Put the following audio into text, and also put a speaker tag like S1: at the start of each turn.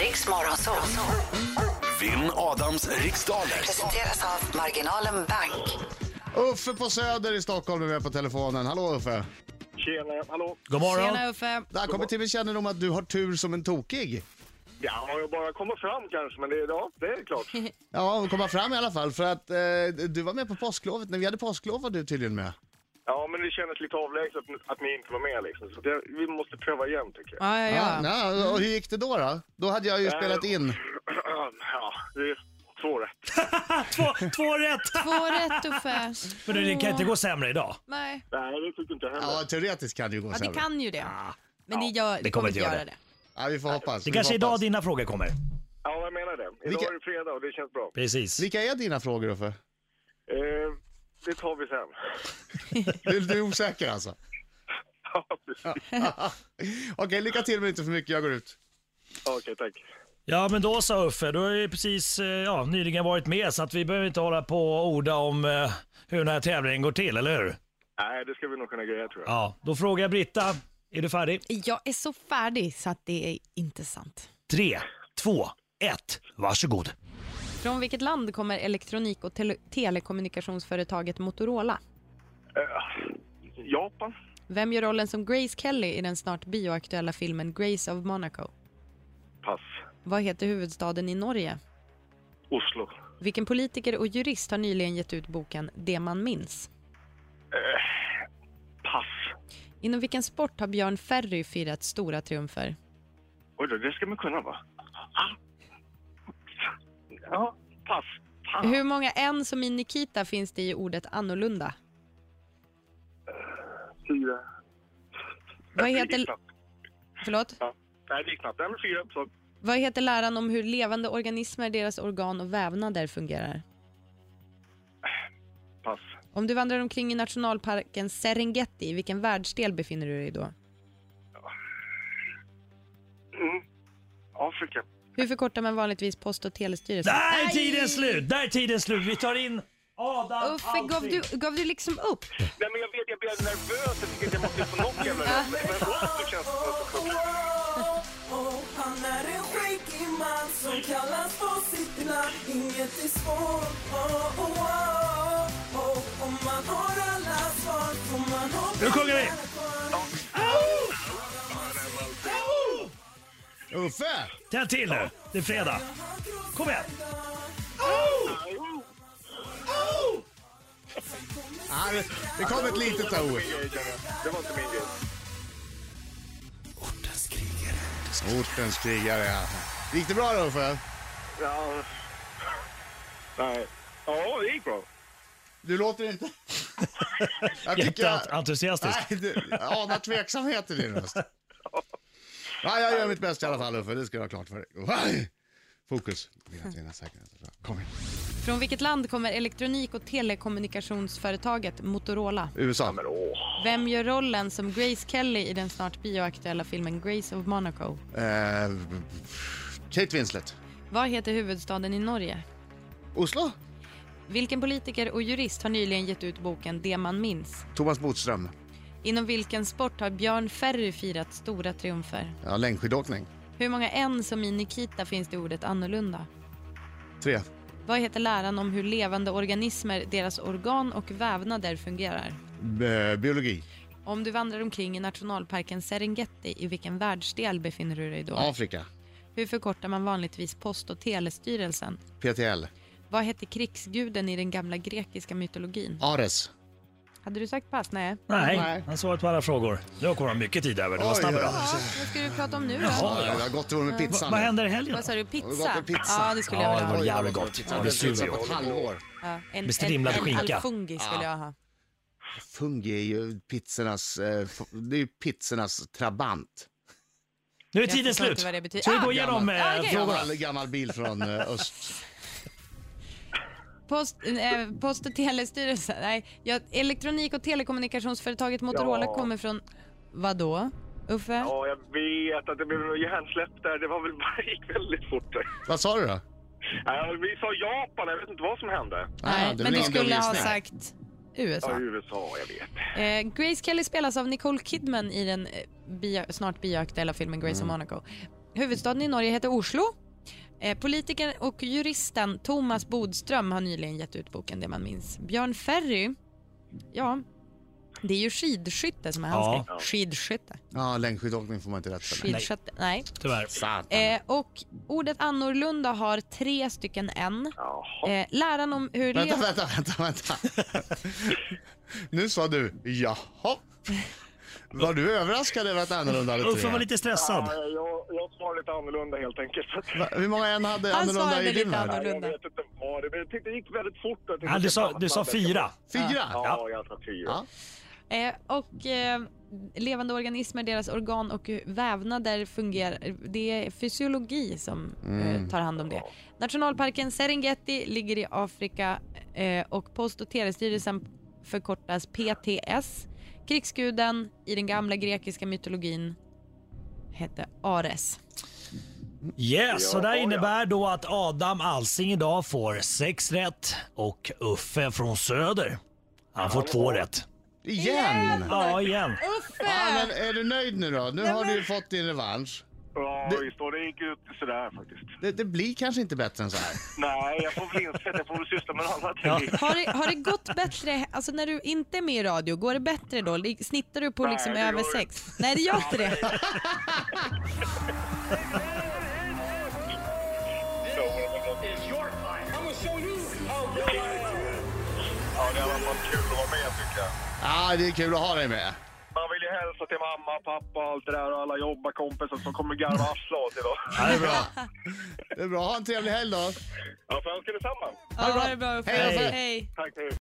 S1: Riks Morgonzoo.
S2: Vinn Adams riksdaler.
S1: Presenteras av Marginalen Bank.
S3: Uffe på Söder i Stockholm är med på telefonen. Hallå Uffe!
S4: Tjena, hallå.
S5: God morgon.
S6: Tjena Uffe.
S3: Det har kommit till min kännedom att du har tur som en tokig.
S4: Ja, jag bara kommer fram kanske, men det, ja, det är klart.
S3: Ja, komma fram i alla fall för att eh, du var med på påsklovet. När vi hade påsklov var du tydligen med.
S4: Ja, men det kändes lite avlägset att, att ni inte var med liksom. Så det, vi måste pröva igen tycker jag.
S6: Ja, ja, ja.
S3: na, och hur gick det då då? Då hade jag ju spelat in.
S4: Ja, det är två rätt.
S5: Två, två rätt!
S6: Två rätt Uffe.
S5: Men du, det kan inte gå sämre idag.
S6: Nej.
S4: Nej, det tycker inte jag heller.
S3: Ja, teoretiskt kan det ju gå
S6: Ja, det
S3: sämre.
S6: kan ju det. Men det, gör, det, kommer
S5: det kommer
S6: inte
S5: inte
S6: göra
S5: göra
S6: det.
S3: Ja, vi får hoppas.
S5: Det
S3: vi
S5: kanske
S3: får
S5: är idag
S3: hoppas.
S5: dina frågor kommer.
S4: Ja, jag menar det. Idag
S3: Vilka-
S4: är det fredag och det känns bra.
S5: Precis.
S3: Vilka är dina frågor Uffe?
S4: Eh, det tar vi sen.
S3: Du, du är osäker alltså?
S4: Ja, precis.
S3: Okej, lycka till men inte för mycket. Jag går ut.
S4: Okej, tack.
S5: Ja men då sa Uffe, du har ju precis eh, ja, nyligen varit med så att vi behöver inte hålla på och orda om eh, hur den här tävlingen går till, eller hur?
S4: Nej, det ska vi nog kunna greja tror jag.
S5: Ja, då frågar jag Britta, är du färdig?
S6: Jag är så färdig så att det är inte sant.
S5: Tre, två, ett, varsågod.
S6: Från vilket land kommer elektronik och tele- telekommunikationsföretaget Motorola?
S4: Eh, Japan?
S6: Vem gör rollen som Grace Kelly i den snart bioaktuella filmen Grace of Monaco?
S4: Pass.
S6: Vad heter huvudstaden i Norge?
S4: Oslo?
S6: Vilken politiker och jurist har nyligen gett ut boken Det man minns?
S4: Pass.
S6: Inom vilken sport har Björn Ferry firat stora triumfer?
S4: Oj då, det ska man kunna va? Ah. Ja, pass. Fan.
S6: Hur många N som i Nikita finns det i ordet annorlunda?
S4: Fyra.
S6: Vad
S4: Nej, det
S6: heter-
S4: gick knappt.
S6: Förlåt?
S4: Ja. Nej, det gick knappt. Nej, men fyra. Så.
S6: Vad heter läran om hur levande organismer, deras organ och vävnader fungerar?
S4: Pass.
S6: Om du vandrar omkring i nationalparken Serengeti, i vilken världsdel befinner du dig då?
S4: Mm. Afrika.
S6: Hur förkortar man vanligtvis Post och telestyrelsen?
S5: Där är tiden slut! Där är tiden slut! Vi tar in Adam
S6: Uffe, gav
S5: Alsing.
S6: du, gav du liksom upp?
S4: Nej, men jag vet, jag blev nervös. Jag tycker att jag måste få något jävla röst. Men Oslo känns det som att det kommer.
S7: Han är en skäggig man som kallas på sitt namn Inget är svårt, oh, oh, oh, oh. Om man har alla svar får man ha
S5: Nu sjunger vi!
S3: Uffe!
S5: Tänd till nu, det är fredag. Kom igen!
S3: Ah, det- det kom ett litet O.
S4: Det var inte min grej.
S3: Ortens krigare ja. Gick det bra då Uffe?
S4: Ja. Nej. Ja, det gick bra.
S3: Du låter inte... jag
S5: Jätteentusiastisk.
S3: Nej, du, jag anar tveksamhet i din röst. Ja, jag gör mitt bästa i alla fall Uffe, det ska jag ha klart för dig. Oj! Fokus. Dina, dina säkerheter. Kom igen.
S6: Från vilket land kommer elektronik och telekommunikationsföretaget Motorola?
S3: USA.
S6: Vem gör rollen som Grace Kelly i den snart bioaktuella filmen Grace of Monaco?
S3: Eh, Kate Winslet.
S6: Vad heter huvudstaden i Norge?
S3: Oslo.
S6: Vilken politiker och jurist har nyligen gett ut boken Det man minns?
S3: Thomas Bodström.
S6: Inom vilken sport har Björn Ferry firat stora triumfer?
S3: Ja, längdskidåkning.
S6: Hur många N som i Nikita finns det i ordet annorlunda?
S3: Tre.
S6: Vad heter läran om hur levande organismer, deras organ och vävnader fungerar?
S3: B- Eh, biologi.
S6: Om du vandrar omkring i nationalparken Serengeti, i vilken världsdel befinner du dig då?
S3: Afrika.
S6: Hur förkortar man vanligtvis Post och telestyrelsen?
S3: PTL.
S6: Vad hette krigsguden i den gamla grekiska mytologin?
S3: Ares.
S6: Hade du sagt pass? Nej.
S5: Nej, han svarade på alla frågor. Nu kommer han mycket tid över, det var
S3: Oj,
S5: snabb
S3: oj,
S5: idag.
S3: oj.
S6: Ja, vad ska du prata om nu då?
S5: Jaha.
S3: Ja, jag har gått över med
S5: Va,
S3: pizzan.
S5: vad händer i helgen?
S6: Vad sa du?
S3: Jag har gått
S6: Pizza?
S3: med pizza.
S6: Ja, det skulle jag vilja
S5: Ja,
S6: ha.
S5: det
S3: Oj,
S5: Jävligt
S3: jag har
S5: gott.
S3: gått med
S5: Ja, det
S3: pizza.
S5: suger
S3: Pizza på ett
S5: ju.
S3: halvår.
S6: Ja, en,
S5: Bestrimlad
S6: en, en
S5: skinka.
S6: alfungi skulle jag ha.
S3: Fungi är ju pizzornas, eh, f- det är ju pizzornas trabant.
S5: Nu är
S6: Jag
S5: tiden
S6: förstår
S5: slut.
S6: inte vad det betyder.
S5: Ska vi
S6: Ah,
S5: gå igenom eh,
S6: Ja, okej.
S5: frågorna?
S3: Gammal, gammal bil från eh, öst.
S6: Post, eh, Post och telestyrelsen, nej. Ja, elektronik och telekommunikationsföretaget Motorola
S4: Ja.
S6: kommer från vadå? Uffe?
S4: Ja, jag vet att det blev något hjärnsläpp där. Det var väl bara, det gick väldigt fort. där.
S3: Vad sa du då?
S4: Nej, vi sa Japan. Jag vet inte vad som hände.
S3: Ah,
S6: nej,
S3: det är väl
S6: men du
S3: ingen dum
S6: skulle ha
S3: gissning.
S6: sagt USA.
S4: Ja, USA, jag vet.
S6: Eh, Grace Kelly spelas av Nicole Kidman i den eh, bio, snart bioaktuella filmen Grace of Monaco. Huvudstaden i Norge heter Oslo. Eh, Politikern och juristen Thomas Bodström har nyligen gett ut boken Det man minns. Björn Ferry, ja, det är ju skidskytte som är hans
S5: Ja.
S6: grej. Skidskytte.
S3: Ja, längdskidåkning får man inte rätt för. Nej.
S6: Skidskytte, nej.
S5: Tyvärr.
S3: Satan.
S6: Eh, och ordet annorlunda har tre stycken N.
S4: Jaha.
S6: Eh, läran om hur...
S3: Vänta,
S6: lev-
S3: vänta, vänta, vänta. nu sa du jaha. Var du överraskad över att annorlunda hade
S5: Uffe var
S3: tre?
S5: lite stressad.
S4: Ja, jag, jag svarar lite annorlunda helt enkelt. Så att-
S3: Va, Hur många en hade
S6: Han
S3: annorlunda
S6: svarade
S3: i din
S6: lite
S3: värld?
S4: Nej, jag
S6: Annorlunda.
S4: vet inte vad det men jag tyckte det gick väldigt fort. Jag tyckte
S5: Ja, du,
S4: det
S5: sa,
S4: fanns
S5: du sa
S4: väldigt-
S5: fyra.
S3: Fyra?
S4: Ja, jag sa fyra.
S3: Ja.
S6: Eh, och eh, levande organismer, deras organ och vävnader fungerar. Det är fysiologi som eh, tar hand om det. Nationalparken Serengeti ligger i Afrika eh, och Post och telestyrelsen förkortas PTS. Krigsguden i den gamla grekiska mytologin hette Ares.
S5: Yes, och det här
S4: Ja, ja.
S5: innebär då att Adam Alsing idag får sex rätt och Uffe från Söder, han får två rätt.
S3: Igen?
S5: Ja, igen.
S3: Ja, men
S6: Uffe!
S3: är du nöjd nu då? Nu har du ju fått din revansch.
S4: Ja,
S3: Det-
S4: visst. Och det gick ut sådär faktiskt.
S3: Det, det blir kanske inte bättre än så här.
S4: Nej, jag får väl inse att jag får väl syssla med något annat.
S5: Ja.
S6: Har det, har det gått bättre, alltså när du inte är med i radio, går det bättre då? Lig- Snittar du på
S4: Nej,
S6: liksom
S4: det gör
S6: över
S4: det.
S6: sex? Nej det gör inte det.
S4: Ja, det har varit kul att vara med tycker jag.
S3: Ja, Ah, det är kul att ha dig med.
S4: Man vill ju hälsa till mamma, pappa och allt det där och alla jobbarkompisar som kommer garva arslet åt idag.
S3: Ja, det är bra. Det är bra. Ha en trevlig helg då.
S4: Ja, får jag önska detsamma?
S6: Ja, ha det bra Uffe.
S3: Hej, Uffe.
S6: Hej.
S4: Tack, hej.